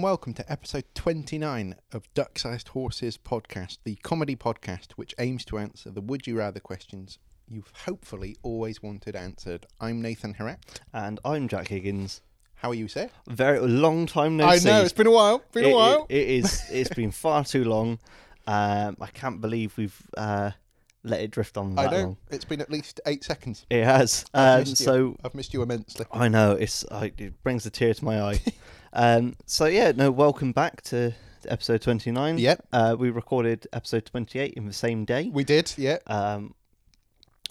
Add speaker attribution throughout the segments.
Speaker 1: welcome to episode 29 of Duck Sized Horses podcast, the comedy podcast which aims to answer the would you rather questions you've hopefully always wanted answered. I'm Nathan Herrat.
Speaker 2: And I'm Jack Higgins.
Speaker 1: How are you, sir?
Speaker 2: Very long time no
Speaker 1: I
Speaker 2: see.
Speaker 1: know, it's been a while. Been
Speaker 2: It-
Speaker 1: a
Speaker 2: it-
Speaker 1: while.
Speaker 2: it is. It's been far too long. Um, I can't believe we've uh, let it drift on
Speaker 1: I
Speaker 2: that
Speaker 1: know.
Speaker 2: long.
Speaker 1: It's been at least eight seconds.
Speaker 2: It has. Um,
Speaker 1: missed you.
Speaker 2: so
Speaker 1: I've missed you immensely.
Speaker 2: I know it's. I, it brings a tear to my eye. um, so yeah, no. Welcome back to episode twenty nine.
Speaker 1: Yep.
Speaker 2: Uh, we recorded episode twenty eight in the same day.
Speaker 1: We did, yeah.
Speaker 2: Um,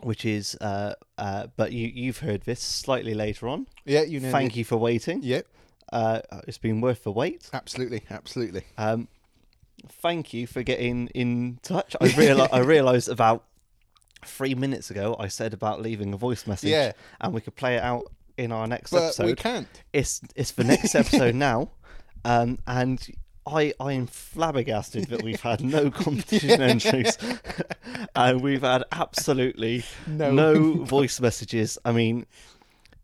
Speaker 2: which is. Uh, uh, but you you've heard this slightly later on.
Speaker 1: Yeah, you know.
Speaker 2: Thank you for waiting.
Speaker 1: Yep,
Speaker 2: Uh, it's been worth the wait.
Speaker 1: absolutely, absolutely.
Speaker 2: Um, thank you for getting in touch. I reali- I realized about three minutes ago I said about leaving a voice message,
Speaker 1: Yeah.
Speaker 2: and we could play it out in our next
Speaker 1: But we
Speaker 2: episode.
Speaker 1: can't.
Speaker 2: It's it's the next episode now, um, and. I, I am flabbergasted that we've had no competition entries and we've had absolutely
Speaker 1: No.
Speaker 2: no, voice messages. I mean,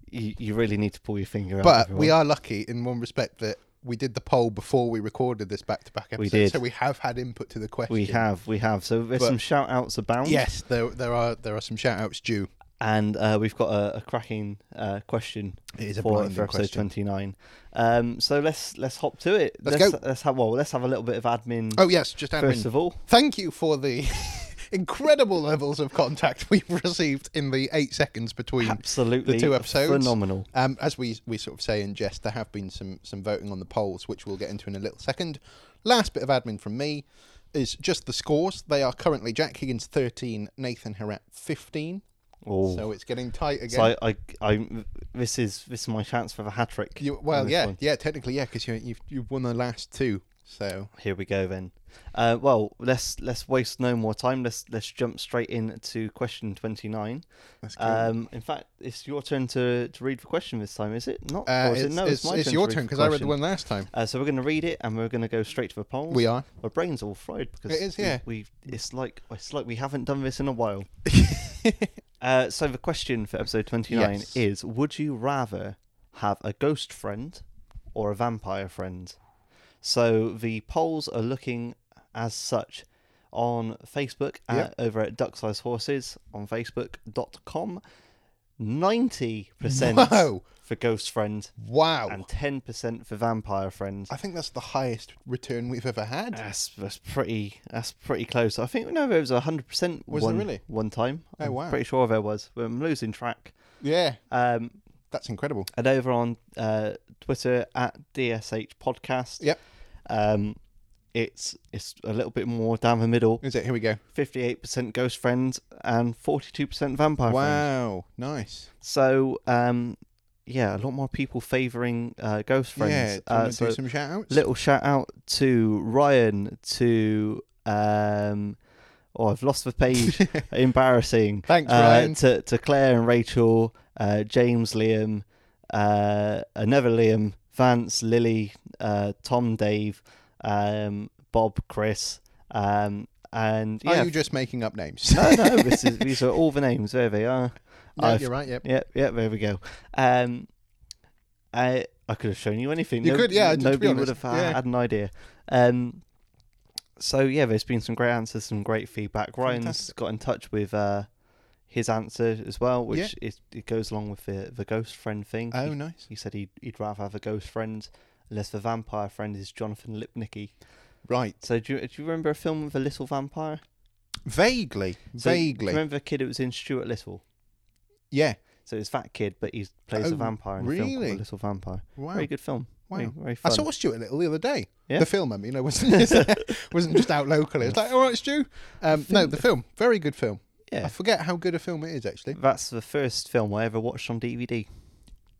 Speaker 2: you, you really need to pull your finger out.
Speaker 1: But
Speaker 2: everyone.
Speaker 1: we are lucky in one respect that we did the poll before we recorded this back to back episode.
Speaker 2: did.
Speaker 1: So we have had input to the question.
Speaker 2: We have, we have. So there's
Speaker 1: But-
Speaker 2: some shout outs abound.
Speaker 1: Yes, there there are there are some shout outs due.
Speaker 2: And uh, we've got a, a cracking uh, question
Speaker 1: It is a
Speaker 2: for,
Speaker 1: blinding
Speaker 2: for episode
Speaker 1: question.
Speaker 2: 29. Um, so let's let's hop to it.
Speaker 1: Let's
Speaker 2: let's,
Speaker 1: go.
Speaker 2: let's have well, let's have a little bit of admin
Speaker 1: Oh yes, just admin.
Speaker 2: first of all.
Speaker 1: Thank you for the incredible levels of contact we've received in the eight seconds between
Speaker 2: Absolutely
Speaker 1: the two episodes.
Speaker 2: phenomenal.
Speaker 1: Um, as we we sort of say in jest, there have been some some voting on the polls, which we'll get into in a little second. Last bit of admin from me is just the scores. They are currently Jack Higgins thirteen, Nathan Herat fifteen.
Speaker 2: Oh. So,
Speaker 1: So it's getting tight again.
Speaker 2: I, I, I, this is this is my chance for the hat trick.
Speaker 1: you,
Speaker 2: on
Speaker 1: well,
Speaker 2: this
Speaker 1: yeah,
Speaker 2: one.
Speaker 1: yeah, technically, yeah, because you, you've you've won the last two. So
Speaker 2: Here we go then. Uh, well, let's let's waste no more time. Let's let's jump straight in to question 29.
Speaker 1: that's good.
Speaker 2: Um, in fact, it's your turn to, to read the question this time, is it? Not
Speaker 1: Uh,
Speaker 2: or is it? No, it's, my turn
Speaker 1: your
Speaker 2: to read
Speaker 1: turn
Speaker 2: the
Speaker 1: because I read the
Speaker 2: question.
Speaker 1: one last time.
Speaker 2: Uh, so we're going to read it, and we're going to go straight to the polls.
Speaker 1: We are.
Speaker 2: Our brains all fried because
Speaker 1: It is,
Speaker 2: we-
Speaker 1: yeah.
Speaker 2: We, it's like it's like we haven't done this in a while. uh, so the question for episode twenty nine
Speaker 1: Yes.
Speaker 2: is: Would you rather have a ghost friend or a vampire friend? So the polls are looking as such on Facebook at,
Speaker 1: Yep.
Speaker 2: over at Duck Size Horses on Facebook.com. 90%
Speaker 1: Wow.
Speaker 2: for ghost friend
Speaker 1: Wow.
Speaker 2: and 10% for vampire friend.
Speaker 1: Oh. I think that's the highest return we've ever had.
Speaker 2: That's that's pretty that's pretty close. I think no, there was a hundred percent.
Speaker 1: Was there
Speaker 2: one,
Speaker 1: really?
Speaker 2: one time?
Speaker 1: Oh,
Speaker 2: I'm
Speaker 1: wow.
Speaker 2: Pretty sure there was. But I'm losing track.
Speaker 1: Yeah,
Speaker 2: Um,
Speaker 1: that's incredible.
Speaker 2: and over on uh, Twitter at DSH Podcast.
Speaker 1: Yep.
Speaker 2: Um, it's it's a little bit more down the middle.
Speaker 1: Is it? Here we go.
Speaker 2: Fifty eight percent ghost friends and forty two percent vampire friends.
Speaker 1: Wow, nice.
Speaker 2: So um, yeah, a lot more people favouring uh, ghost friends.
Speaker 1: Yeah, do you
Speaker 2: uh,
Speaker 1: want to
Speaker 2: so
Speaker 1: do some shout outs?
Speaker 2: little shout out to Ryan to um oh I've lost the page embarrassing
Speaker 1: Thanks,
Speaker 2: Uh,
Speaker 1: Ryan.
Speaker 2: to to Claire and Rachel uh James Liam uh another Liam Vance Lily uh Tom Dave um Bob Chris um and
Speaker 1: Are
Speaker 2: yeah
Speaker 1: you just making up names?
Speaker 2: no no this is these are all the names there they are
Speaker 1: no,
Speaker 2: I've-
Speaker 1: you're right. Yep.
Speaker 2: Yep, yep, there we go. Um, I I could have shown you anything.
Speaker 1: You could, yeah, to be
Speaker 2: Nobody would
Speaker 1: honest,
Speaker 2: have uh,
Speaker 1: yeah.
Speaker 2: had an idea. Um, so yeah, there's been some great answers, some great feedback. Ryan's
Speaker 1: Fantastic.
Speaker 2: got in touch with uh, his answer as well, which
Speaker 1: Yeah.
Speaker 2: is it goes along with the the ghost friend thing.
Speaker 1: Oh,
Speaker 2: he,
Speaker 1: nice.
Speaker 2: he said he'd, he'd rather have a ghost friend. Unless the vampire friend is Jonathan Lipnicki.
Speaker 1: Right.
Speaker 2: So do you, do you remember a film with a little vampire?
Speaker 1: Vaguely.
Speaker 2: So Do
Speaker 1: vaguely.
Speaker 2: you remember the kid that was in Stuart Little?
Speaker 1: yeah.
Speaker 2: So it's that kid, but he plays
Speaker 1: Oh,
Speaker 2: a vampire in a film
Speaker 1: really?
Speaker 2: called The Little Vampire.
Speaker 1: Wow.
Speaker 2: Very good film. Very,
Speaker 1: Wow.
Speaker 2: very
Speaker 1: I
Speaker 2: fun.
Speaker 1: saw Stuart Little the other day.
Speaker 2: Yeah.
Speaker 1: The film, I mean, I wasn't wasn't just out locally. It's like, all right, Stu. Um, no, the film, very good film. I
Speaker 2: yeah.
Speaker 1: forget how good a film it is actually.
Speaker 2: That's the first film I ever watched on DVD.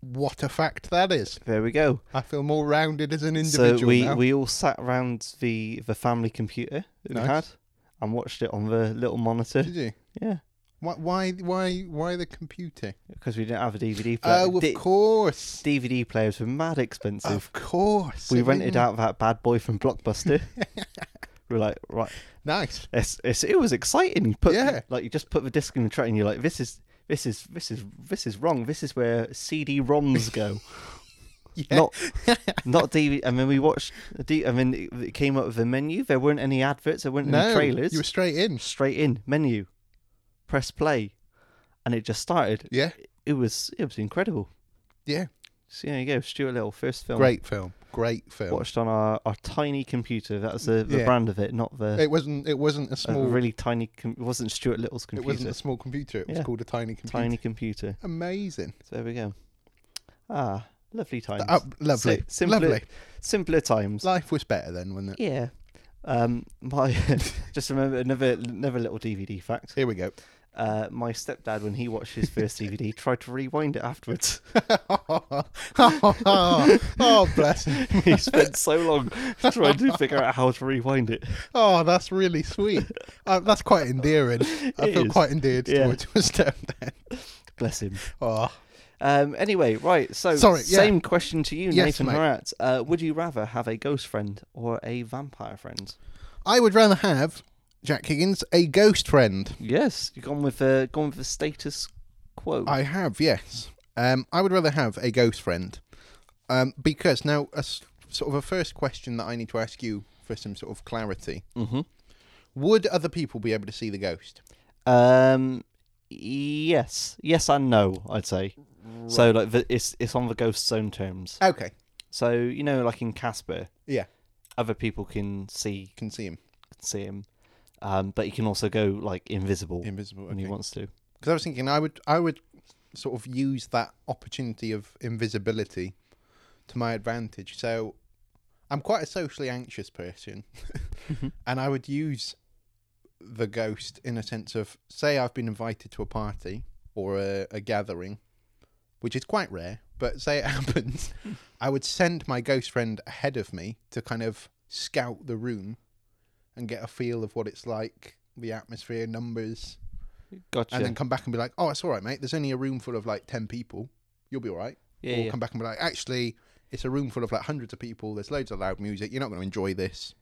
Speaker 1: What a fact that is.
Speaker 2: There we go.
Speaker 1: I feel more rounded as an individual
Speaker 2: so we,
Speaker 1: now.
Speaker 2: we all sat round the, the family computer that
Speaker 1: Nice.
Speaker 2: we had and watched it on the little monitor.
Speaker 1: Did you?
Speaker 2: Yeah.
Speaker 1: Why? Why? Why? Why the computer?
Speaker 2: Because we didn't have a DVD player.
Speaker 1: Oh, of
Speaker 2: Di-
Speaker 1: course,
Speaker 2: DVD players were mad expensive.
Speaker 1: of course.
Speaker 2: we
Speaker 1: It
Speaker 2: rented
Speaker 1: didn't-
Speaker 2: out that bad boy from Blockbuster. we were like, right,
Speaker 1: Nice.
Speaker 2: it's, it's it was exciting. You put
Speaker 1: Yeah.
Speaker 2: like you just put the disc in the tray and you're like, this is this is this is this is wrong. This is where CD ROMs go. Not not DV. I mean, we watched. a D- I mean, it- it came up with a menu. There weren't any adverts. There weren't any
Speaker 1: no,
Speaker 2: trailers.
Speaker 1: you were straight in.
Speaker 2: Straight in menu, press play, and it just started.
Speaker 1: Yeah,
Speaker 2: It was it was incredible.
Speaker 1: yeah.
Speaker 2: So there you go, Stuart Little, first film
Speaker 1: Great film. Great film.
Speaker 2: watched on our, our tiny computer. That's the, the
Speaker 1: Yeah.
Speaker 2: brand of it, not the
Speaker 1: It wasn't. It wasn't a
Speaker 2: a
Speaker 1: small.
Speaker 2: really tiny. Com- it wasn't Stuart Little's
Speaker 1: it
Speaker 2: computer.
Speaker 1: wasn't a small computer. It was
Speaker 2: Yeah.
Speaker 1: called a tiny computer.
Speaker 2: tiny computer.
Speaker 1: Amazing.
Speaker 2: So there we go. Ah, lovely times.
Speaker 1: Uh, lovely.
Speaker 2: Si- simpler,
Speaker 1: Lovely.
Speaker 2: simpler times.
Speaker 1: Life was better then, wasn't it?
Speaker 2: Yeah. Um, my just remember another another little DVD fact.
Speaker 1: Here we go.
Speaker 2: Uh, my stepdad, when he watched his first DVD, tried to rewind it afterwards.
Speaker 1: oh, bless him.
Speaker 2: he spent so long trying to figure out how to rewind it.
Speaker 1: Oh, that's really sweet. Uh, that's quite endearing. I
Speaker 2: It
Speaker 1: feel
Speaker 2: is.
Speaker 1: quite endeared
Speaker 2: Yeah.
Speaker 1: towards your stepdad.
Speaker 2: Bless him.
Speaker 1: Oh,
Speaker 2: Um, anyway, right. So,
Speaker 1: Sorry, yeah.
Speaker 2: same question to you,
Speaker 1: Yes,
Speaker 2: Nathan
Speaker 1: mate.
Speaker 2: Harat. Uh, would you rather have a ghost friend or a vampire friend?
Speaker 1: I would rather have Jack Higgins a ghost friend.
Speaker 2: Yes, you've gone with the gone with the status quo.
Speaker 1: I have, yes. Um, I would rather have a ghost friend um, because now, a s sort of a first question that I need to ask you for some sort of clarity:
Speaker 2: mm-hmm.
Speaker 1: Would other people be able to see the ghost?
Speaker 2: Um, yes, yes and no. I'd say. So like the, it's it's on the ghost's own terms.
Speaker 1: Okay,
Speaker 2: So you know, like in Casper,
Speaker 1: yeah,
Speaker 2: other people can see
Speaker 1: can see him,
Speaker 2: see him, um, but he can also go like invisible
Speaker 1: invisible.
Speaker 2: when
Speaker 1: Okay.
Speaker 2: he wants to.
Speaker 1: because I was thinking I would I would sort of use that opportunity of invisibility to my advantage. So I'm quite a socially anxious person, and I would use the ghost in a sense of say I've been invited to a party or a, a gathering, which is quite rare, but say it happens, I would send my ghost friend ahead of me to kind of scout the room and get a feel of what it's like, the atmosphere, numbers,
Speaker 2: Gotcha.
Speaker 1: and then come back and be like, "Oh, it's all right, mate. There's only a room full of like ten people. You'll be all right."
Speaker 2: Yeah,
Speaker 1: or
Speaker 2: yeah.
Speaker 1: come back and be like, "Actually, it's a room full of like hundreds of people. There's loads of loud music. You're not going to enjoy this."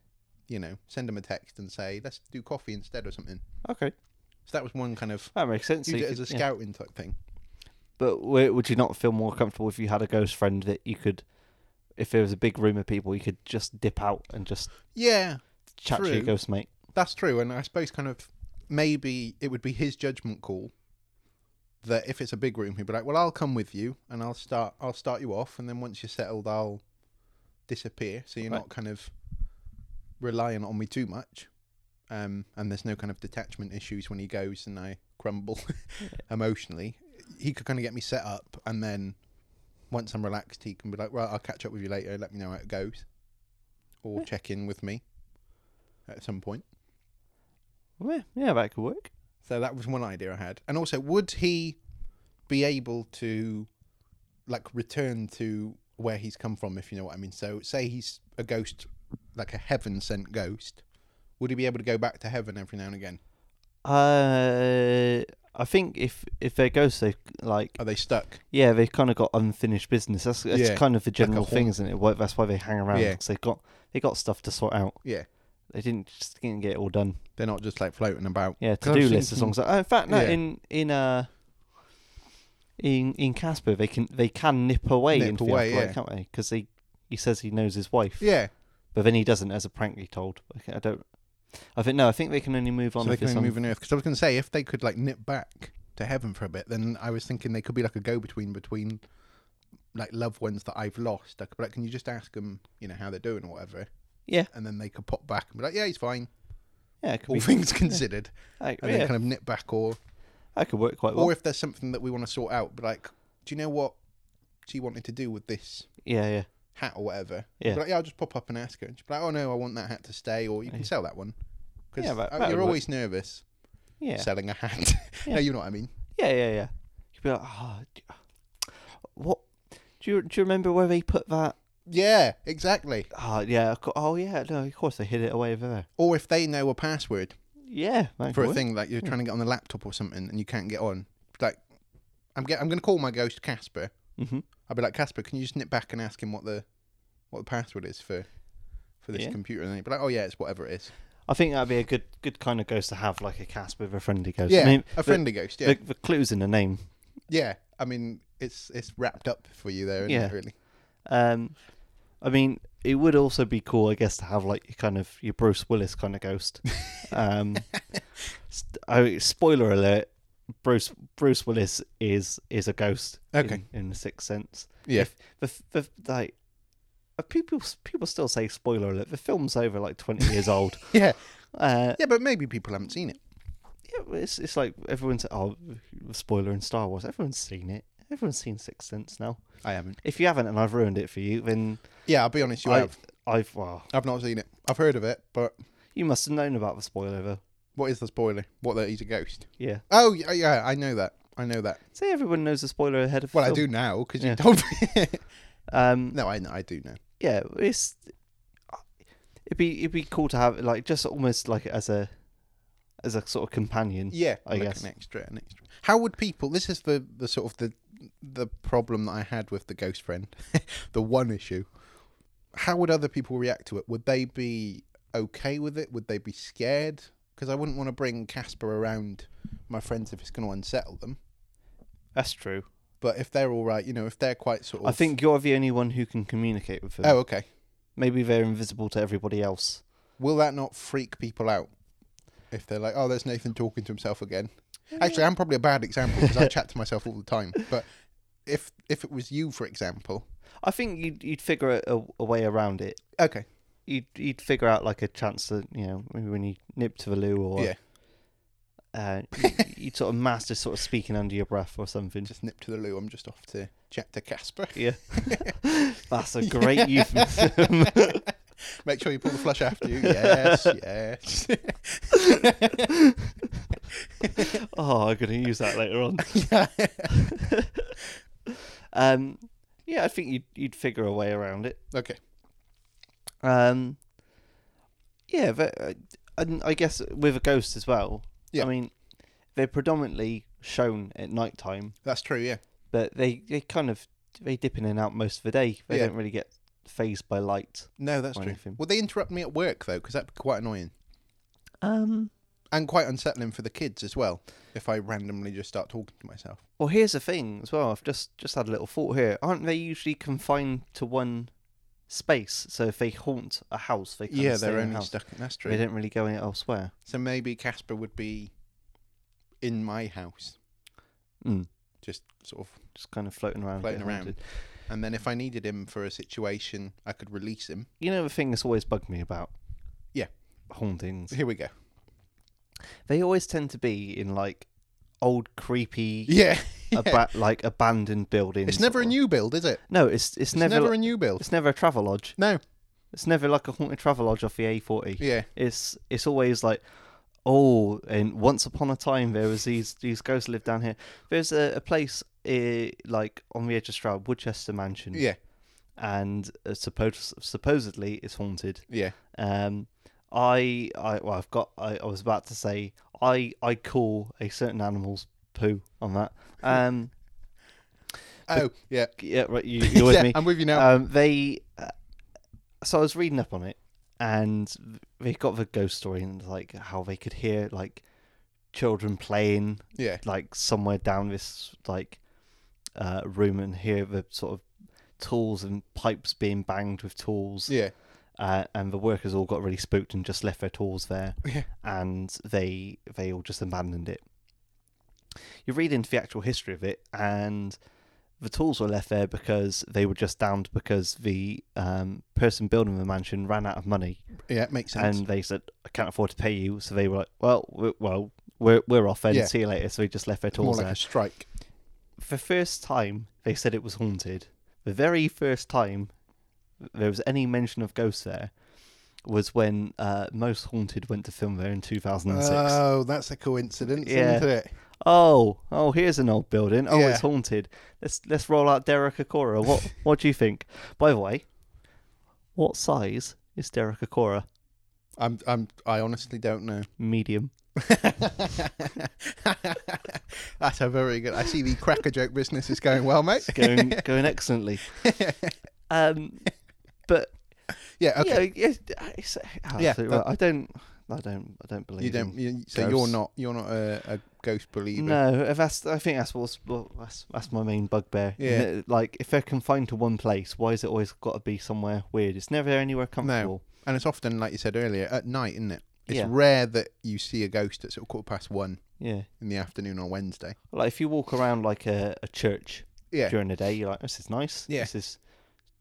Speaker 1: You know, send them a text and say, "Let's do coffee instead" or something.
Speaker 2: okay,
Speaker 1: So that was one kind of
Speaker 2: that makes sense.
Speaker 1: use
Speaker 2: So you
Speaker 1: it as
Speaker 2: could-
Speaker 1: a
Speaker 2: yeah.
Speaker 1: scouting type thing.
Speaker 2: But w- would you not feel more comfortable if you had a ghost friend that you could, if there was a big room of people, you could just dip out and just
Speaker 1: Yeah,
Speaker 2: chat to your
Speaker 1: True.
Speaker 2: ghost mate?
Speaker 1: that's true. And I suppose kind of maybe it would be his judgment call that if it's a big room, he'd be like, "Well, I'll come with you and I'll start. I'll start you off, and then once you're settled, I'll disappear. So you're
Speaker 2: Right.
Speaker 1: not kind of relying on me too much." Um, and there's no kind of detachment issues when he goes and I crumble emotionally. He could kind of get me set up, and then once I'm relaxed, he can be like, "Well, I'll catch up with you later. Let me know how it goes, or check in with me at some point."
Speaker 2: Yeah, yeah, that could work.
Speaker 1: So that was one idea I had. And also, would he be able to like return to where he's come from, if you know what I mean? So, say he's a ghost, like a heaven sent ghost, would he be able to go back to heaven every now and again?
Speaker 2: Uh, I think if if they're ghosts, they like
Speaker 1: Are they stuck?
Speaker 2: yeah, they've kind of got unfinished business. That's, that's
Speaker 1: Yeah,
Speaker 2: kind of the general thing,
Speaker 1: haunt.
Speaker 2: isn't it? Why, that's why they hang around
Speaker 1: Yeah.
Speaker 2: 'cause they got they got stuff to sort out.
Speaker 1: Yeah.
Speaker 2: They didn't just didn't get it all done.
Speaker 1: They're not just like floating about.
Speaker 2: Yeah, to
Speaker 1: 'Cause I
Speaker 2: do
Speaker 1: was
Speaker 2: list as long
Speaker 1: thinking-
Speaker 2: as. Oh, in fact, no,
Speaker 1: Yeah.
Speaker 2: in in uh, in in Casper, they can they can nip away
Speaker 1: Nip
Speaker 2: into
Speaker 1: away,
Speaker 2: the afterlife,
Speaker 1: yeah.
Speaker 2: can't they? Because he he says he knows his wife,
Speaker 1: Yeah.
Speaker 2: but then he doesn't, as a prank he told. I, I don't. I think no. I think they can only move on.
Speaker 1: So they
Speaker 2: if
Speaker 1: can
Speaker 2: it's
Speaker 1: only
Speaker 2: on-
Speaker 1: move on Earth. Because I was going to say, if they could like nip back to heaven for a bit, then I was thinking they could be like a go between between like loved ones that I've lost. I could be like, can you just ask them, you know, how they're doing or whatever?
Speaker 2: Yeah.
Speaker 1: And then they could pop back and be like, yeah, he's fine.
Speaker 2: Yeah, it could
Speaker 1: All
Speaker 2: be,
Speaker 1: things considered.
Speaker 2: like,
Speaker 1: And
Speaker 2: yeah,
Speaker 1: then kind of nip back or
Speaker 2: that could work quite well.
Speaker 1: or if there's something that we want to sort out, be like, do you know what she wanted to do with this
Speaker 2: yeah, yeah.
Speaker 1: hat or whatever?
Speaker 2: Yeah.
Speaker 1: Be Like, yeah, I'll just pop up and ask her. And she'd be like, oh no, I want that hat to stay, or you can sell that one. Because
Speaker 2: Yeah, that- that
Speaker 1: you're
Speaker 2: would
Speaker 1: always nervous
Speaker 2: Yeah.
Speaker 1: selling a hat.
Speaker 2: Yeah.
Speaker 1: no, you know what I mean.
Speaker 2: Yeah, yeah, yeah. You'd be like, oh, d- what? Do you do you remember where they put that?
Speaker 1: Yeah, exactly.
Speaker 2: Oh, yeah. of cou- Oh, yeah. No, of course they hid it away over there.
Speaker 1: Or if they know a password
Speaker 2: Yeah, that
Speaker 1: for
Speaker 2: could
Speaker 1: a
Speaker 2: work.
Speaker 1: thing, like you're trying to get on the laptop or something and you can't get on, like I'm get, I'm going to call my ghost Casper.
Speaker 2: Mhm.
Speaker 1: I'll be like Casper, can you just nip back and ask him what the what the password is for for this
Speaker 2: Yeah.
Speaker 1: computer? And he'd be like, oh yeah, it's whatever it is.
Speaker 2: I think that'd be a good good kind of ghost to have, like a Casper, a friendly ghost.
Speaker 1: yeah,
Speaker 2: I mean,
Speaker 1: a friendly ghost.
Speaker 2: The,
Speaker 1: Yeah,
Speaker 2: the, the clues in the name.
Speaker 1: yeah. I mean, it's it's wrapped up for you there, isn't
Speaker 2: Yeah.
Speaker 1: it? Really.
Speaker 2: Um, I mean, it would also be cool, I guess, to have like your kind of your Bruce Willis kind of ghost. um, st- oh, spoiler alert: Bruce Bruce Willis is is a ghost.
Speaker 1: Okay.
Speaker 2: In, in the Sixth Sense.
Speaker 1: Yeah.
Speaker 2: If, if, if, like, uh, people people still say spoiler alert. The film's over like twenty years old.
Speaker 1: Yeah,
Speaker 2: Uh,
Speaker 1: yeah, but maybe people haven't seen it.
Speaker 2: yeah, but it's it's like everyone's oh spoiler in Star Wars. Everyone's seen it. Everyone's seen Sixth Sense now.
Speaker 1: I haven't.
Speaker 2: If you haven't and I've ruined it for you, then
Speaker 1: Yeah, I'll be honest. You
Speaker 2: I,
Speaker 1: have.
Speaker 2: I've well,
Speaker 1: I've not seen it. I've heard of it, but
Speaker 2: you must have known about the spoiler though.
Speaker 1: what is the spoiler? What that he's a ghost?
Speaker 2: Yeah.
Speaker 1: Oh yeah, yeah, I know that. I know that.
Speaker 2: Say everyone knows the spoiler ahead of
Speaker 1: Well, I
Speaker 2: the
Speaker 1: do now because you
Speaker 2: Yeah.
Speaker 1: told me.
Speaker 2: I do. Um,
Speaker 1: no, I know. I do know.
Speaker 2: yeah, it's it'd be it'd be cool to have like just almost like as a as a sort of companion.
Speaker 1: Yeah,
Speaker 2: I
Speaker 1: like
Speaker 2: guess.
Speaker 1: an extra, an extra. How would people? This is the the sort of the the problem that I had with the ghost friend, the one issue. How would other people react to it? Would they be okay with it? Would they be scared? Because I wouldn't want to bring Casper around my friends if it's going to unsettle them.
Speaker 2: That's true.
Speaker 1: But if they're all right, you know, if they're quite sort of,
Speaker 2: I think you're the only one who can communicate with them.
Speaker 1: Oh, okay.
Speaker 2: Maybe they're invisible to everybody else.
Speaker 1: Will that not freak people out? If they're like, oh, there's Nathan talking to himself again. Actually, I'm probably a bad example because I chat to myself all the time. But if if it was you, for example,
Speaker 2: I think you'd you'd figure a- a, a way around it.
Speaker 1: Okay.
Speaker 2: You'd you'd figure out like a chance that you know maybe when you nip to the loo or
Speaker 1: Yeah.
Speaker 2: uh, you, you'd sort of master sort of speaking under your breath or something.
Speaker 1: Just nip to the loo. I'm just off to chat to Casper.
Speaker 2: Yeah. That's a great euphemism.
Speaker 1: Make sure you pull the flush after you. Yes, yes.
Speaker 2: Oh, I'm going to use that later on.
Speaker 1: yeah.
Speaker 2: Um, yeah, I think you'd, you'd figure a way around it.
Speaker 1: Okay.
Speaker 2: Um, yeah, but, uh, and I guess with a ghost as well.
Speaker 1: Yeah.
Speaker 2: I mean, they're predominantly shown at night time,
Speaker 1: That's true, yeah.
Speaker 2: but they, they kind of they dip in and out most of the day. They
Speaker 1: Yeah.
Speaker 2: don't really get phased by light.
Speaker 1: No, that's
Speaker 2: Or
Speaker 1: true.
Speaker 2: anything.
Speaker 1: Would they interrupt me at work, though? Because that'd be quite annoying.
Speaker 2: Um,
Speaker 1: And quite unsettling for the kids as well, if I randomly just start talking to myself.
Speaker 2: well, here's the thing as well. I've just just had a little thought here. Aren't they usually confined to one space? So if they haunt a house, they kind
Speaker 1: yeah,
Speaker 2: of stay
Speaker 1: they're
Speaker 2: in a
Speaker 1: only
Speaker 2: house.
Speaker 1: stuck. That's
Speaker 2: They
Speaker 1: true.
Speaker 2: don't really go anywhere elsewhere.
Speaker 1: So maybe Casper would be in my house,
Speaker 2: Mm.
Speaker 1: just sort of.
Speaker 2: Just kind of floating around.
Speaker 1: Hmm. Floating
Speaker 2: getting
Speaker 1: around.
Speaker 2: haunted.
Speaker 1: And then if I needed him for a situation, I could release him.
Speaker 2: You know the thing that's always bugged me about.
Speaker 1: Yeah.
Speaker 2: Hauntings.
Speaker 1: Here we go.
Speaker 2: They always tend to be in like old creepy,
Speaker 1: Yeah.
Speaker 2: aba- like abandoned buildings.
Speaker 1: It's never
Speaker 2: or-
Speaker 1: a new build, is it?
Speaker 2: No, it's it's,
Speaker 1: It's
Speaker 2: never.
Speaker 1: never
Speaker 2: li-
Speaker 1: a new build.
Speaker 2: It's never a travel lodge.
Speaker 1: No.
Speaker 2: It's never like a haunted travel lodge off the A40.
Speaker 1: Yeah.
Speaker 2: It's it's always like, oh, and once upon a time there was these these ghosts lived down here. There's a, a place eh, like on the edge of Stroud, Woodchester Mansion,
Speaker 1: Yeah.
Speaker 2: and uh, suppos- supposedly it's haunted.
Speaker 1: Yeah.
Speaker 2: Um, I, I, well, I've got. I, I was about to say I, I call a certain animal's poo on that. Um,
Speaker 1: Oh, yeah.
Speaker 2: yeah, right. You, you're with
Speaker 1: yeah,
Speaker 2: me.
Speaker 1: I'm with you now.
Speaker 2: Um, they. Uh, so I was reading up on it, and they got the ghost story and like how they could hear like children playing
Speaker 1: yeah.
Speaker 2: like somewhere down this like uh, room and hear the sort of tools and pipes being banged with tools
Speaker 1: Yeah.
Speaker 2: uh, and the workers all got really spooked and just left their tools there,
Speaker 1: Yeah.
Speaker 2: and they they all just abandoned it. You read into the actual history of it, and the tools were left there because they were just downed because the um, person building the mansion ran out of money,
Speaker 1: Yeah, it makes sense.
Speaker 2: and they said, "I can't afford to pay you," so they were like, "Well, we well, we're we're off, and
Speaker 1: Yeah.
Speaker 2: see you later." So they just left their
Speaker 1: More
Speaker 2: tools
Speaker 1: like
Speaker 2: there.
Speaker 1: a strike.
Speaker 2: the first time they said it was haunted, the very first time there was any mention of ghosts there was when uh, Most Haunted went to film there in 2006.
Speaker 1: Oh, that's a coincidence,
Speaker 2: Yeah.
Speaker 1: isn't it?
Speaker 2: oh, oh, here's an old building. Oh,
Speaker 1: Yeah.
Speaker 2: it's haunted. Let's let's roll out Derek Akora. What what do you think? By the way, what size is Derek Akora?
Speaker 1: I'm, I'm, I honestly don't know.
Speaker 2: Medium.
Speaker 1: That's a very good. I see the cracker joke business is going well, mate.
Speaker 2: It's going going excellently. Um, but
Speaker 1: Yeah. Okay.
Speaker 2: yeah, yeah, it's,
Speaker 1: Yeah,
Speaker 2: absolutely
Speaker 1: that-
Speaker 2: right. I don't I don't. I don't believe
Speaker 1: uh, You don't.
Speaker 2: in
Speaker 1: You, so you're
Speaker 2: ghosts.
Speaker 1: not. You're not a, a ghost believer.
Speaker 2: No, if that's. I think that's what's. Well, that's that's my main bugbear.
Speaker 1: Yeah.
Speaker 2: N- Like if they're confined to one place, why is it always got to be somewhere weird? It's never anywhere comfortable.
Speaker 1: And it's often, like you said earlier, at night, isn't it? It's
Speaker 2: Yeah.
Speaker 1: rare that you see a ghost at sort of quarter past one
Speaker 2: Yeah.
Speaker 1: in the afternoon on Wednesday.
Speaker 2: Like if you walk around like a, a church
Speaker 1: Yeah.
Speaker 2: during the day, you're like, this is nice.
Speaker 1: Yeah.
Speaker 2: This is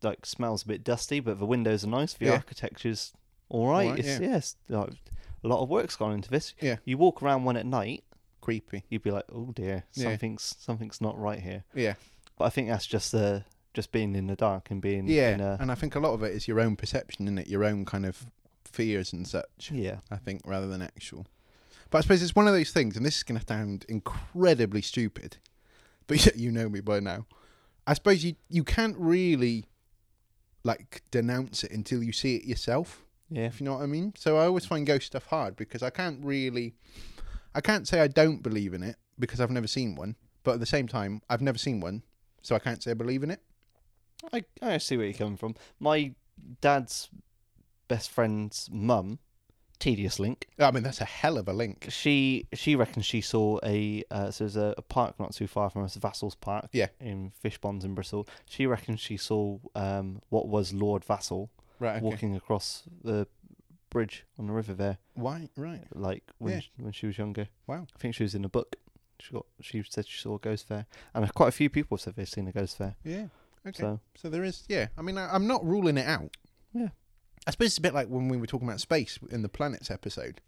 Speaker 2: like smells a bit dusty, but the windows are nice. The
Speaker 1: Yeah.
Speaker 2: architecture's all right.
Speaker 1: Alright,
Speaker 2: it's
Speaker 1: yeah.
Speaker 2: yes, like, a lot of work's gone into this.
Speaker 1: Yeah.
Speaker 2: You walk around one at night,
Speaker 1: Creepy.
Speaker 2: you'd be like, oh dear,
Speaker 1: Yeah.
Speaker 2: something's something's not right here.
Speaker 1: Yeah.
Speaker 2: But I think that's just the just being in the dark and being
Speaker 1: Yeah.
Speaker 2: in uh, a,
Speaker 1: and I think a lot of it is your own perception, isn't it? Your own kind of fears and such.
Speaker 2: yeah.
Speaker 1: I think, rather than actual. But I suppose it's one of those things, and this is going to sound incredibly stupid, but you- you know me by now. I suppose you you can't really like denounce it until you see it yourself,
Speaker 2: Yeah.
Speaker 1: if you know what I mean. So I always find ghost stuff hard because I can't really, I can't say I don't believe in it because I've never seen one, but at the same time I've never seen one, so I can't say I believe in it.
Speaker 2: I, I see where you're coming from. My dad's best friend's mum, Tedious Link,
Speaker 1: I mean that's a hell of a link.
Speaker 2: she she reckons she saw a uh, so there's a, a park not too far from us, Vassals Park.
Speaker 1: Yeah.
Speaker 2: In Fishponds in Bristol, she reckons she saw um what was Lord Vassal
Speaker 1: Right. Okay.
Speaker 2: walking across the bridge on the river there,
Speaker 1: Why? Right.
Speaker 2: like when
Speaker 1: Yeah.
Speaker 2: sh when she was younger.
Speaker 1: Wow.
Speaker 2: I think she was in a book. She got she said she saw a ghost there, and quite a few people said they've seen a ghost there.
Speaker 1: Yeah. Okay.
Speaker 2: So
Speaker 1: So there is, yeah. I mean, I, I'm not ruling it out.
Speaker 2: Yeah.
Speaker 1: I suppose it's a bit like when we were talking about space in the planets episode.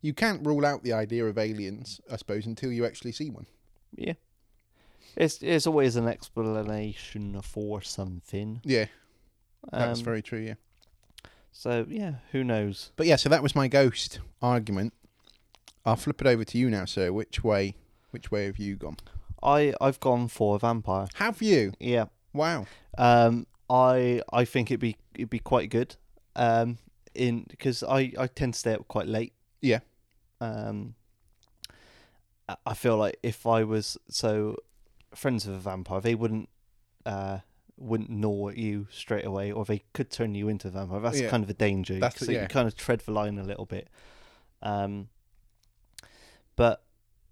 Speaker 1: You can't rule out the idea of aliens, I suppose, until you actually see one.
Speaker 2: yeah, it's it's always an explanation for something.
Speaker 1: Yeah, that's
Speaker 2: Um,
Speaker 1: very true. Yeah.
Speaker 2: So yeah, who knows?
Speaker 1: But yeah, so that was my ghost argument. I'll flip it over to you now, sir. Which way? Which way have you gone?
Speaker 2: I I've gone for a vampire.
Speaker 1: Have you?
Speaker 2: Yeah.
Speaker 1: Wow.
Speaker 2: Um, I I think it'd be it'd be quite good. Um, in because I I tend to stay up quite late.
Speaker 1: Yeah.
Speaker 2: Um, I- I feel like if I was so friends of a vampire, they wouldn't uh wouldn't gnaw at you straight away, or they could turn you into a vampire. That's
Speaker 1: Yeah.
Speaker 2: kind of a danger.
Speaker 1: That's-
Speaker 2: so you
Speaker 1: yeah.
Speaker 2: can kind of tread the line a little bit. Um, but.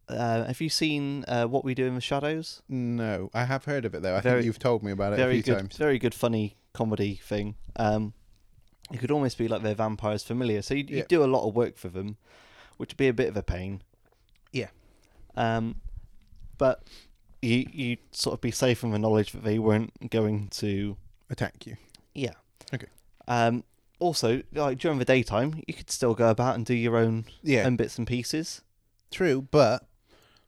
Speaker 2: Uh, have you seen uh, what we do in the shadows?
Speaker 1: No, I have heard of it though. I
Speaker 2: Very-
Speaker 1: think you've told me about it a
Speaker 2: very
Speaker 1: few
Speaker 2: good,
Speaker 1: times.
Speaker 2: very good, funny comedy thing. Um, it could almost be like they're vampires familiar, so you
Speaker 1: Yeah.
Speaker 2: you do a lot of work for them, which would be a bit of a pain.
Speaker 1: Yeah.
Speaker 2: Um, but you you sort of be safe in the knowledge that they weren't going to.
Speaker 1: Attack you.
Speaker 2: Yeah.
Speaker 1: Okay.
Speaker 2: Um. Also, like during the daytime, you could still go about and do your own
Speaker 1: Yeah,
Speaker 2: own bits and pieces.
Speaker 1: true, but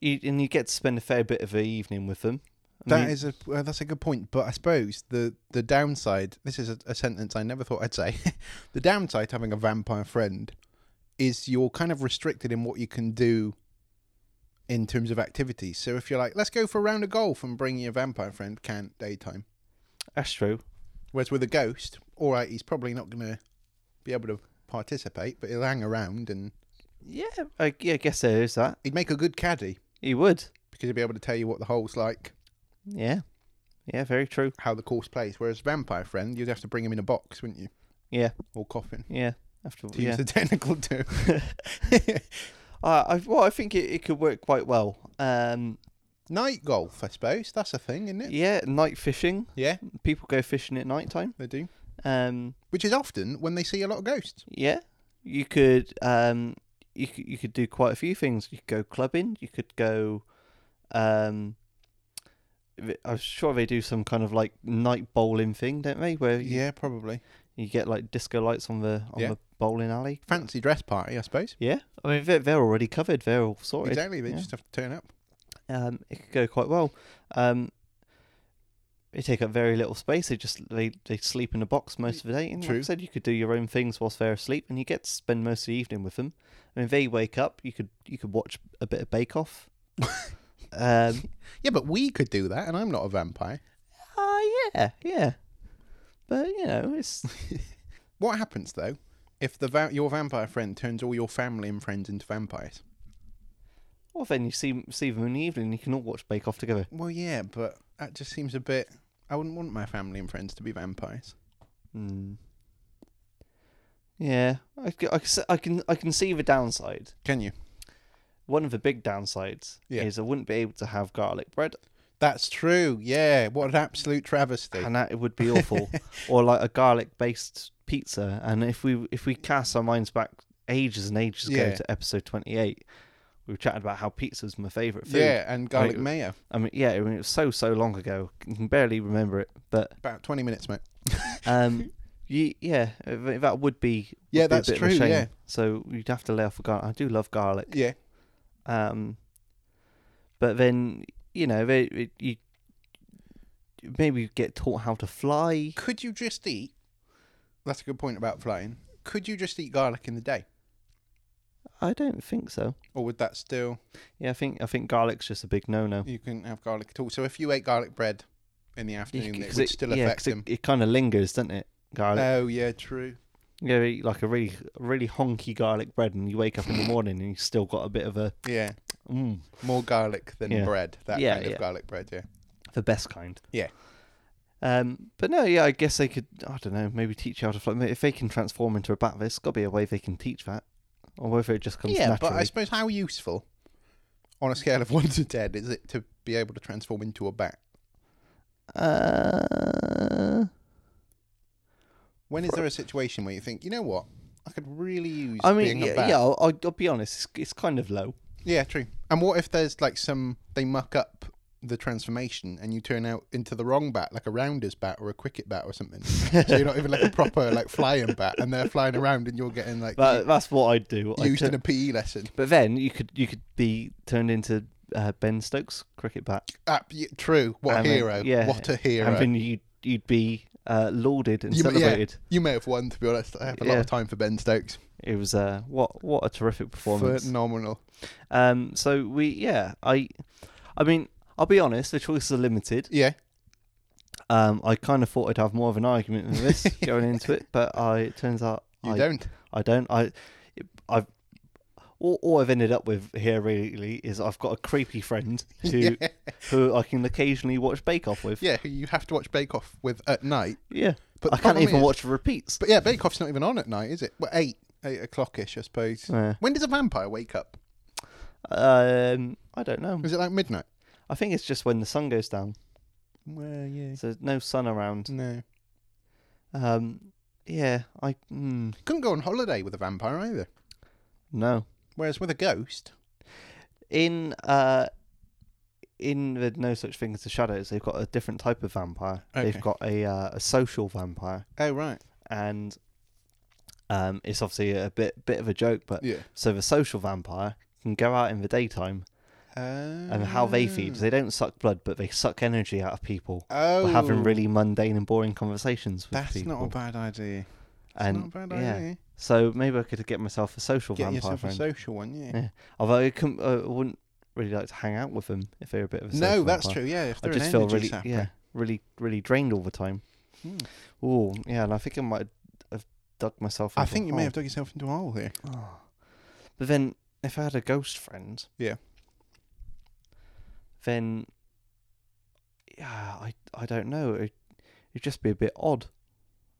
Speaker 2: You and you get to spend a fair bit of the evening with them. I
Speaker 1: That
Speaker 2: mean-
Speaker 1: is a well, that's a good point, but I suppose the the downside. This is a, a sentence I never thought I'd say. the downside to having a vampire friend is you're kind of restricted in what you can do in terms of activities. So if you're like, let's go for a round of golf and bring your vampire friend, can't daytime.
Speaker 2: that's true.
Speaker 1: Whereas with a ghost, all right, he's probably not going to be able to participate, but he'll hang around and
Speaker 2: Yeah, I, yeah, I guess there is that.
Speaker 1: he'd make a good caddy
Speaker 2: He would.
Speaker 1: because he'd be able to tell you what the hole's like,
Speaker 2: Yeah. Yeah, very true.
Speaker 1: how the course plays. Whereas vampire friend, you'd have to bring him in a box, wouldn't you,
Speaker 2: Yeah,
Speaker 1: or coffin.
Speaker 2: yeah. After
Speaker 1: to
Speaker 2: yeah,
Speaker 1: use a technical term.
Speaker 2: uh, I well, I think it, it could work quite well. Um,
Speaker 1: Night golf, I suppose. That's a thing, isn't it?
Speaker 2: yeah, night fishing.
Speaker 1: Yeah,
Speaker 2: People go fishing at night time.
Speaker 1: they do.
Speaker 2: Um,
Speaker 1: Which is often when they see a lot of ghosts.
Speaker 2: yeah, you could um, you could, you could do quite a few things. You could go clubbing. You could go. Um, th- I'm sure they do some kind of like night bowling thing, don't they? Where you,
Speaker 1: Yeah, probably.
Speaker 2: you get like disco lights on the on
Speaker 1: Yeah.
Speaker 2: the bowling alley.
Speaker 1: Fancy dress party, I suppose.
Speaker 2: Yeah, I mean they're, they're already covered. They're all sorted.
Speaker 1: Exactly. They
Speaker 2: yeah.
Speaker 1: just have to turn up.
Speaker 2: um, it could go quite well. Um, they take up very little space. They just they, they sleep in a box most of the day. And like I
Speaker 1: True.
Speaker 2: said, you could do your own things whilst they're asleep, and you get to spend most of the evening with them. And if they wake up, you could you could watch a bit of Bake Off. um,
Speaker 1: Yeah, but we could do that, and I'm not a vampire.
Speaker 2: ah, yeah, yeah. But you know, it's
Speaker 1: What happens though if the va- your vampire friend turns all your family and friends into vampires?
Speaker 2: well. Then you see see them in the evening. You can all watch Bake Off together.
Speaker 1: Well, yeah, but that just seems a bit. I wouldn't want my family and friends to be vampires.
Speaker 2: Mm. Yeah, I, c- I, c- I can I can see the downside.
Speaker 1: Can you?
Speaker 2: One of the big downsides
Speaker 1: Yeah.
Speaker 2: is I wouldn't be able to have garlic bread,
Speaker 1: That's true. Yeah. What an absolute travesty.
Speaker 2: and that it would be awful. or like a garlic based pizza. And if we if we cast our minds back ages and ages ago
Speaker 1: Yeah.
Speaker 2: to episode twenty eight, we were chatting about how pizza's my favorite food.
Speaker 1: Yeah, and garlic
Speaker 2: Like-
Speaker 1: mayo.
Speaker 2: I mean, yeah, I mean, it was so so long ago. I can barely remember it, but
Speaker 1: About twenty minutes, mate.
Speaker 2: um, you, yeah, th- that would be would
Speaker 1: Yeah,
Speaker 2: be a
Speaker 1: that's
Speaker 2: bit of a
Speaker 1: true,
Speaker 2: shame.
Speaker 1: yeah.
Speaker 2: so you'd have to lay off the garlic. I do love garlic.
Speaker 1: Yeah.
Speaker 2: Um, but then you know they it, you maybe you get taught how to fly.
Speaker 1: Could you just eat? That's a good point about flying. Could you just eat garlic in the day,
Speaker 2: I don't think so.
Speaker 1: or would that still
Speaker 2: Yeah, I think I think garlic's just a big no-no.
Speaker 1: you couldn't have garlic at all? So if you ate garlic bread in the afternoon, it
Speaker 2: 'cause
Speaker 1: would still
Speaker 2: yeah, 'cause
Speaker 1: affect
Speaker 2: it,
Speaker 1: them.
Speaker 2: It, kind of lingers, doesn't it? Garlic.
Speaker 1: Oh yeah, true.
Speaker 2: you know, eat like a really really honky garlic bread, and you wake up in the morning and you still got a bit of a
Speaker 1: Yeah,
Speaker 2: mm,
Speaker 1: more garlic than
Speaker 2: Yeah.
Speaker 1: bread. That
Speaker 2: Yeah,
Speaker 1: kind of
Speaker 2: yeah.
Speaker 1: garlic bread. Yeah.
Speaker 2: the best kind.
Speaker 1: Yeah.
Speaker 2: Um, but no, yeah, I guess they could. I don't know. Maybe teach you how to fly. Maybe If they can transform into a bat, there's got to be a way they can teach that, or whether it just comes
Speaker 1: yeah,
Speaker 2: naturally.
Speaker 1: but I suppose how useful, on a scale of one to ten, is it to be able to transform into a bat?
Speaker 2: Uh,
Speaker 1: When is there a situation where you think, you know what, I could really use
Speaker 2: I mean,
Speaker 1: being a
Speaker 2: yeah,
Speaker 1: bat?
Speaker 2: yeah I'll, I'll I'll be honest. It's, it's kind of low.
Speaker 1: Yeah, true. And what if there's like some they muck up the transformation and you turn out into the wrong bat, like a rounders bat or a cricket bat or something. so you're not even like a proper like flying bat, and they're flying around and you're getting like
Speaker 2: That, that's what I'd do. I'd
Speaker 1: used
Speaker 2: turn-
Speaker 1: in a PE lesson.
Speaker 2: but then you could you could be turned into uh, Ben Stokes cricket bat,
Speaker 1: Ah, y true. What
Speaker 2: I
Speaker 1: a
Speaker 2: mean,
Speaker 1: hero.
Speaker 2: yeah,
Speaker 1: What a hero.
Speaker 2: and then you'd you'd be uh, lauded and
Speaker 1: You- yeah.
Speaker 2: celebrated.
Speaker 1: you may have won, to be honest. I have a lot
Speaker 2: Yeah.
Speaker 1: of time for Ben Stokes.
Speaker 2: It was uh, what what a terrific performance.
Speaker 1: Phenomenal.
Speaker 2: Um, so we, yeah, I, I mean, I'll be honest, the choices are limited.
Speaker 1: Yeah,
Speaker 2: Um, I kind of thought I'd have more of an argument than this going into it, but I it turns out
Speaker 1: you
Speaker 2: I
Speaker 1: don't.
Speaker 2: I don't. I, I've all, all I've ended up with here really is I've got a creepy friend who
Speaker 1: Yeah.
Speaker 2: who I can occasionally watch Bake Off with.
Speaker 1: Yeah, who you have to watch Bake Off with at night.
Speaker 2: yeah.
Speaker 1: But
Speaker 2: I
Speaker 1: the
Speaker 2: can't
Speaker 1: problem
Speaker 2: even
Speaker 1: is-
Speaker 2: watch the repeats.
Speaker 1: But yeah, Bake Off's not even on at night, is it? Well, eight, eight o'clock ish, I suppose.
Speaker 2: Yeah.
Speaker 1: When does a vampire wake up?
Speaker 2: Um, I don't know.
Speaker 1: Is it like midnight?
Speaker 2: I think it's just when the sun goes down.
Speaker 1: Well, yeah.
Speaker 2: So there's no sun around.
Speaker 1: No.
Speaker 2: Um, yeah. I mm,
Speaker 1: Couldn't go on holiday with a vampire either.
Speaker 2: no.
Speaker 1: Whereas with a ghost,
Speaker 2: in uh in the no such thing as the shadows they've got a different type of vampire
Speaker 1: Okay.
Speaker 2: they've got a uh, a social vampire
Speaker 1: oh right,
Speaker 2: and um it's obviously a bit bit of a joke but
Speaker 1: yeah.
Speaker 2: so the social vampire can go out in the daytime and how they feed they don't suck blood but they suck energy out of people
Speaker 1: Mm. Oh,
Speaker 2: by having really mundane and boring conversations with
Speaker 1: That's
Speaker 2: people
Speaker 1: not a bad idea. That's
Speaker 2: and
Speaker 1: not a bad
Speaker 2: yeah
Speaker 1: idea.
Speaker 2: so maybe i could get myself a social
Speaker 1: Get
Speaker 2: vampire
Speaker 1: yourself
Speaker 2: friend
Speaker 1: a social one, yeah.
Speaker 2: Yeah. although i couldn't- uh, wouldn't really like to hang out with them if they're a bit of a
Speaker 1: No,
Speaker 2: social
Speaker 1: that's
Speaker 2: vampire.
Speaker 1: true. Yeah, if
Speaker 2: I
Speaker 1: they're
Speaker 2: just
Speaker 1: an
Speaker 2: feel
Speaker 1: energy
Speaker 2: really,
Speaker 1: sapper.
Speaker 2: yeah, really, really drained all the time.
Speaker 1: Hmm.
Speaker 2: Oh, yeah, and I think I might have dug myself.
Speaker 1: I
Speaker 2: into a
Speaker 1: think you may have
Speaker 2: hole.
Speaker 1: dug yourself into a hole here.
Speaker 2: Oh. But then, if I had a ghost friend,
Speaker 1: Yeah.
Speaker 2: then yeah, I I don't know. It, it'd just be a bit odd.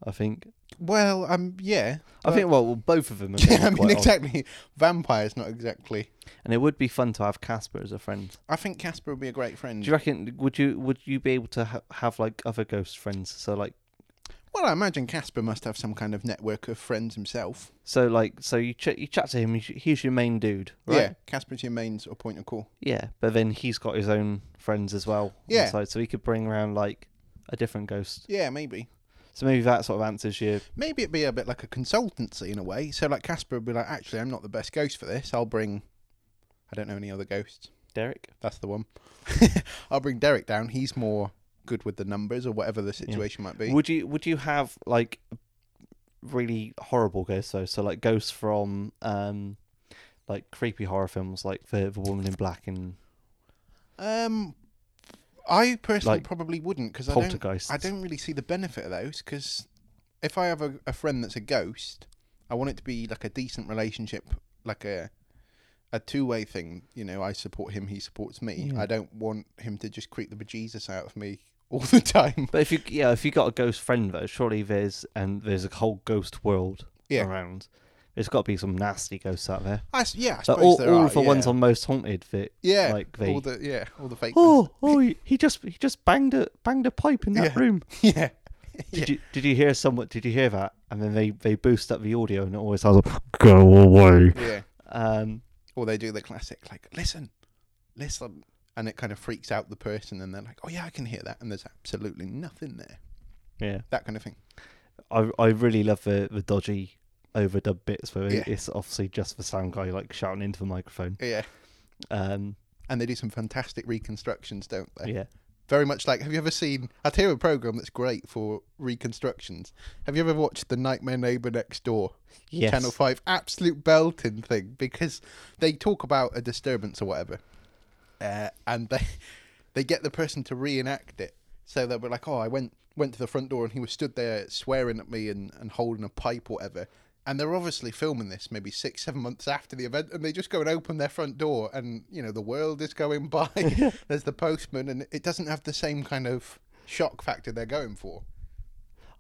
Speaker 2: I think.
Speaker 1: Well, um, yeah,
Speaker 2: I think well, well, both of them. Are
Speaker 1: yeah. I
Speaker 2: quite
Speaker 1: mean,
Speaker 2: odd.
Speaker 1: exactly. Vampire's not exactly.
Speaker 2: And it would be fun to have Casper as a friend.
Speaker 1: I think Casper would be a great friend.
Speaker 2: Do you reckon? Would you would you be able to ha- have like other ghost friends? So like.
Speaker 1: Well, I imagine Casper must have some kind of network of friends himself.
Speaker 2: So like, so you ch- you chat to him. he's- He's your main dude,
Speaker 1: Yeah,
Speaker 2: right?
Speaker 1: Casper's your main sort of point of call.
Speaker 2: Yeah. But then he's got his own friends as well. on the
Speaker 1: Yeah.
Speaker 2: side, so he could bring around like a different ghost.
Speaker 1: Yeah, maybe.
Speaker 2: So maybe that sort of answers your
Speaker 1: Maybe it'd be a bit like a consultancy in a way. So, like, Casper would be like, actually, I'm not the best ghost for this. I'll bring, I don't know any other ghosts.
Speaker 2: Derek.
Speaker 1: That's the one. I'll bring Derek down. He's more good with the numbers or whatever the situation might be.
Speaker 2: Would you would you have like really horrible ghosts though? So like ghosts from um like creepy horror films, like the the woman in black and
Speaker 1: Um, I personally
Speaker 2: Like
Speaker 1: probably wouldn't because I don't.
Speaker 2: Poltergeist.
Speaker 1: I don't really see the benefit of those because if I have a, a friend that's a ghost, I want it to be like a decent relationship, like a a two way thing. You know, I support him, he supports me.
Speaker 2: Yeah.
Speaker 1: I don't want him to just creep the bejesus out of me all the time.
Speaker 2: But if you yeah, if you got a ghost friend though, surely there's and there's a whole ghost world
Speaker 1: Yeah.
Speaker 2: around. There's got to be some nasty ghosts out there.
Speaker 1: I s yeah, I
Speaker 2: But
Speaker 1: suppose
Speaker 2: all,
Speaker 1: there
Speaker 2: all
Speaker 1: are,
Speaker 2: the
Speaker 1: yeah.
Speaker 2: ones on most haunted, vi-
Speaker 1: yeah,
Speaker 2: like the,
Speaker 1: all the yeah, all the fake ones.
Speaker 2: oh oh he, he just he just banged a banged a pipe in that
Speaker 1: Yeah.
Speaker 2: room.
Speaker 1: Yeah,
Speaker 2: Did
Speaker 1: Yeah.
Speaker 2: you did you hear someone? Did you hear that? And then they they boost up the audio, and it always sounds like go away.
Speaker 1: yeah.
Speaker 2: Um,
Speaker 1: Or they do the classic like listen, listen, and it kind of freaks out the person, and they're like, oh yeah, I can hear that, and there's absolutely nothing there.
Speaker 2: yeah,
Speaker 1: That kind of thing.
Speaker 2: I I really love the the dodgy overdub bits where
Speaker 1: Yeah.
Speaker 2: it's obviously just the sound guy like shouting into the microphone.
Speaker 1: Yeah,
Speaker 2: Um,
Speaker 1: and they do some fantastic reconstructions, don't they?
Speaker 2: yeah.
Speaker 1: Very much like, have you ever seen? I'd hear a program that's great for reconstructions. Have you ever watched The Nightmare Neighbor Next Door?
Speaker 2: Yes.
Speaker 1: Channel 5 absolute belting thing because they talk about a disturbance or whatever. Uh, and they they get the person to reenact it. So they were like, "Oh, I went went to the front door and he was stood there swearing at me and, and holding a pipe or whatever." And they're obviously filming this maybe 6 7 months after the event and they just go and open their front door and, you know, the world is going by. There's the postman and it doesn't have the same kind of shock factor they're going for.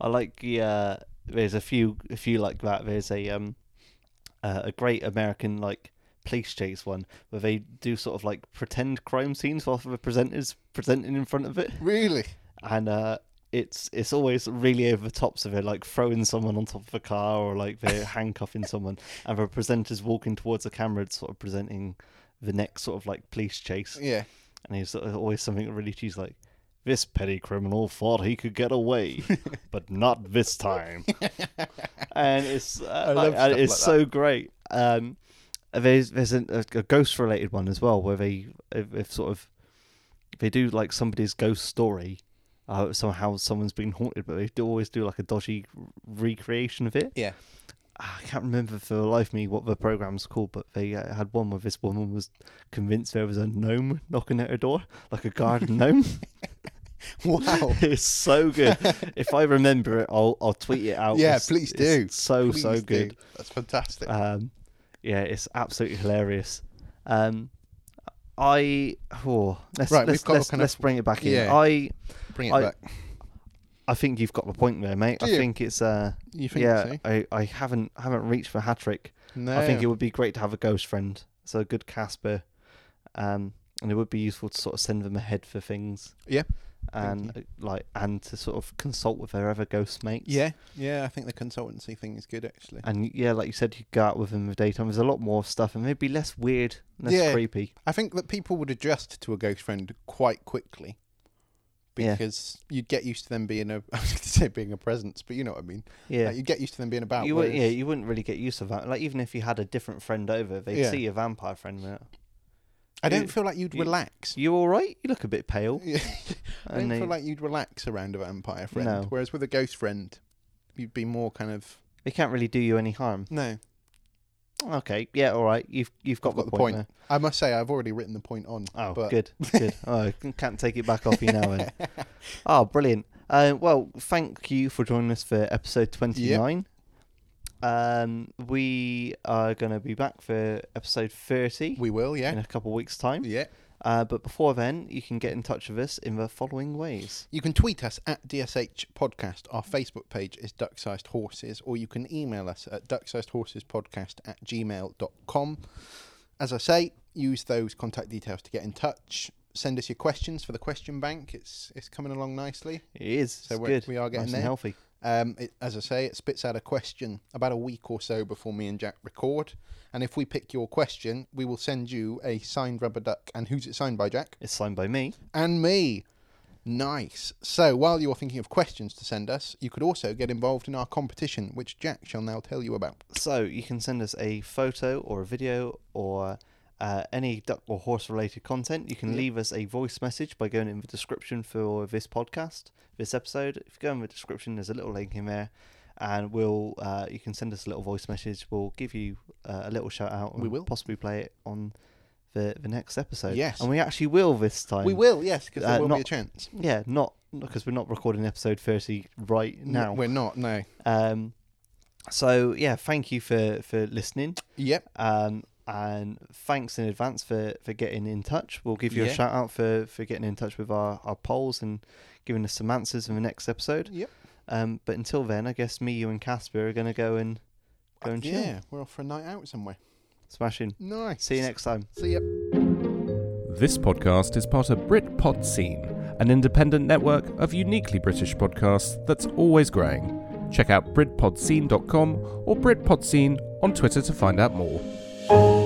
Speaker 2: I like the uh, there's a few a few like that. There's a um uh, a great American like police chase one where they do sort of like pretend crime scenes while the presenters presenting in front of it,
Speaker 1: Really?
Speaker 2: and uh, it's it's always really over the top. So they're like throwing someone on top of a car or like they're handcuffing someone, and the presenters walking towards the camera, sort of presenting the next sort of like police chase
Speaker 1: Yeah.
Speaker 2: and he's sort of always something really cheesy like this petty criminal thought he could get away but not this time and it's uh,
Speaker 1: love
Speaker 2: like, and
Speaker 1: stuff like that.
Speaker 2: it's so great um there's there's a, a ghost related one as well where they if sort of they do like somebody's ghost story uh, somehow someone's been haunted but they do always do like a dodgy recreation of it
Speaker 1: Yeah.
Speaker 2: I can't remember for the life of me what the program's called, but they uh, had one where this woman was convinced there was a gnome knocking at her door, like a garden gnome.
Speaker 1: Wow.
Speaker 2: it's so good. if I remember it, I'll I'll tweet it out.
Speaker 1: Yeah,
Speaker 2: It's-
Speaker 1: please
Speaker 2: it's
Speaker 1: do.
Speaker 2: Oh, so so
Speaker 1: Please do.
Speaker 2: good.
Speaker 1: That's fantastic.
Speaker 2: Um, yeah, it's absolutely hilarious. Um, I oh, let's
Speaker 1: Right,
Speaker 2: let's
Speaker 1: we've got a
Speaker 2: let's,
Speaker 1: kind of-
Speaker 2: let's bring it back in.
Speaker 1: Yeah.
Speaker 2: I
Speaker 1: Bring it
Speaker 2: I-
Speaker 1: back.
Speaker 2: I think you've got the point there, mate.
Speaker 1: Do
Speaker 2: I
Speaker 1: you?
Speaker 2: think it's uh
Speaker 1: You think
Speaker 2: yeah.
Speaker 1: so?
Speaker 2: I, I haven't haven't reached for hat trick.
Speaker 1: No.
Speaker 2: I think it would be great to have a ghost friend, so a good Casper, um, and it would be useful to sort of send them ahead for things.
Speaker 1: Yeah.
Speaker 2: and uh, like and to sort of consult with their other ghost mates.
Speaker 1: Yeah, yeah. I think the consultancy thing is good actually.
Speaker 2: and yeah, like you said, you go out with them in the daytime. There's a lot more stuff, and maybe less weird, less
Speaker 1: Yeah.
Speaker 2: creepy.
Speaker 1: I think that people would adjust to a ghost friend quite quickly
Speaker 2: Yeah.
Speaker 1: because you'd get used to them being a. I was going to say being a presence, but you know what I mean.
Speaker 2: Yeah.
Speaker 1: Like, you'd get used to them being about.
Speaker 2: you would,
Speaker 1: whereas-
Speaker 2: yeah, you wouldn't really get used to that. Like even if you had a different friend over, they'd
Speaker 1: Yeah.
Speaker 2: see a vampire friend. and they're like,
Speaker 1: I
Speaker 2: you-
Speaker 1: don't feel like you'd
Speaker 2: you-
Speaker 1: relax.
Speaker 2: You all right? You look a bit pale.
Speaker 1: Yeah. I don't
Speaker 2: And they,
Speaker 1: feel like you'd relax around a vampire friend.
Speaker 2: No.
Speaker 1: Whereas with a ghost friend, you'd be more kind of
Speaker 2: they can't really do you any harm.
Speaker 1: no.
Speaker 2: Okay, yeah, all right. You've you've got,
Speaker 1: I've got
Speaker 2: the
Speaker 1: the
Speaker 2: point.
Speaker 1: point.
Speaker 2: there.
Speaker 1: I must say, I've already written the point on.
Speaker 2: Oh,
Speaker 1: but-
Speaker 2: good, good. Oh, I c- can't take it back off you now. Then. Oh, brilliant. Uh, well, thank you for joining us for episode 29. Um, we are going to be back for episode 30
Speaker 1: We will,
Speaker 2: in
Speaker 1: yeah,
Speaker 2: a couple weeks' time.
Speaker 1: yeah.
Speaker 2: Uh, but before then, you can get in touch with us in the following ways.
Speaker 1: You can tweet us at DSH Podcast. Our Facebook page is Duck Sized Horses, or you can email us at ducksizedhorsespodcast at gmail.com. As I say, use those contact details to get in touch. Send us your questions for the question bank. It's it's coming along nicely.
Speaker 2: It is.
Speaker 1: So
Speaker 2: it's
Speaker 1: we're-
Speaker 2: good.
Speaker 1: we are getting
Speaker 2: nice
Speaker 1: there.
Speaker 2: And healthy.
Speaker 1: Um, it, as I say, it spits out a question about a week or so before me and Jack record. And if we pick your question, we will send you a signed rubber duck. And who's it signed by, Jack?
Speaker 2: It's signed by me.
Speaker 1: and me. Nice. So while you're thinking of questions to send us, you could also get involved in our competition, which Jack shall now tell you about.
Speaker 2: So you can send us a photo or a video or uh, any duck or horse related content. You can leave us a voice message by going in the description for this podcast, this episode. If you go in the description, there's a little link in there, and we'll uh, you can send us a little voice message. We'll give you uh, a little shout out.
Speaker 1: We
Speaker 2: and
Speaker 1: will.
Speaker 2: possibly play it on the the next episode.
Speaker 1: Yes.
Speaker 2: and we actually will this time.
Speaker 1: We will, yes, because there
Speaker 2: Uh,
Speaker 1: will
Speaker 2: not
Speaker 1: be a chance.
Speaker 2: Yeah, not because we're not recording episode thirty right now.
Speaker 1: we're not. No.
Speaker 2: Um, so yeah, thank you for for listening.
Speaker 1: Yep.
Speaker 2: Um, and thanks in advance for, for getting in touch. We'll give you a
Speaker 1: Yeah.
Speaker 2: shout out for, for getting in touch with our, our polls and giving us some answers in the next episode.
Speaker 1: Yep.
Speaker 2: Um, but until then, I guess me, you, and Casper are going to go and Go and chill.
Speaker 1: Yeah, we're off for a night out somewhere.
Speaker 2: Smashing.
Speaker 1: Nice.
Speaker 2: See you next time.
Speaker 1: See ya.
Speaker 3: This podcast is part of Britpod Scene, an independent network of uniquely British podcasts that's always growing. Check out BritpodScene.com or BritpodScene on Twitter to find out more.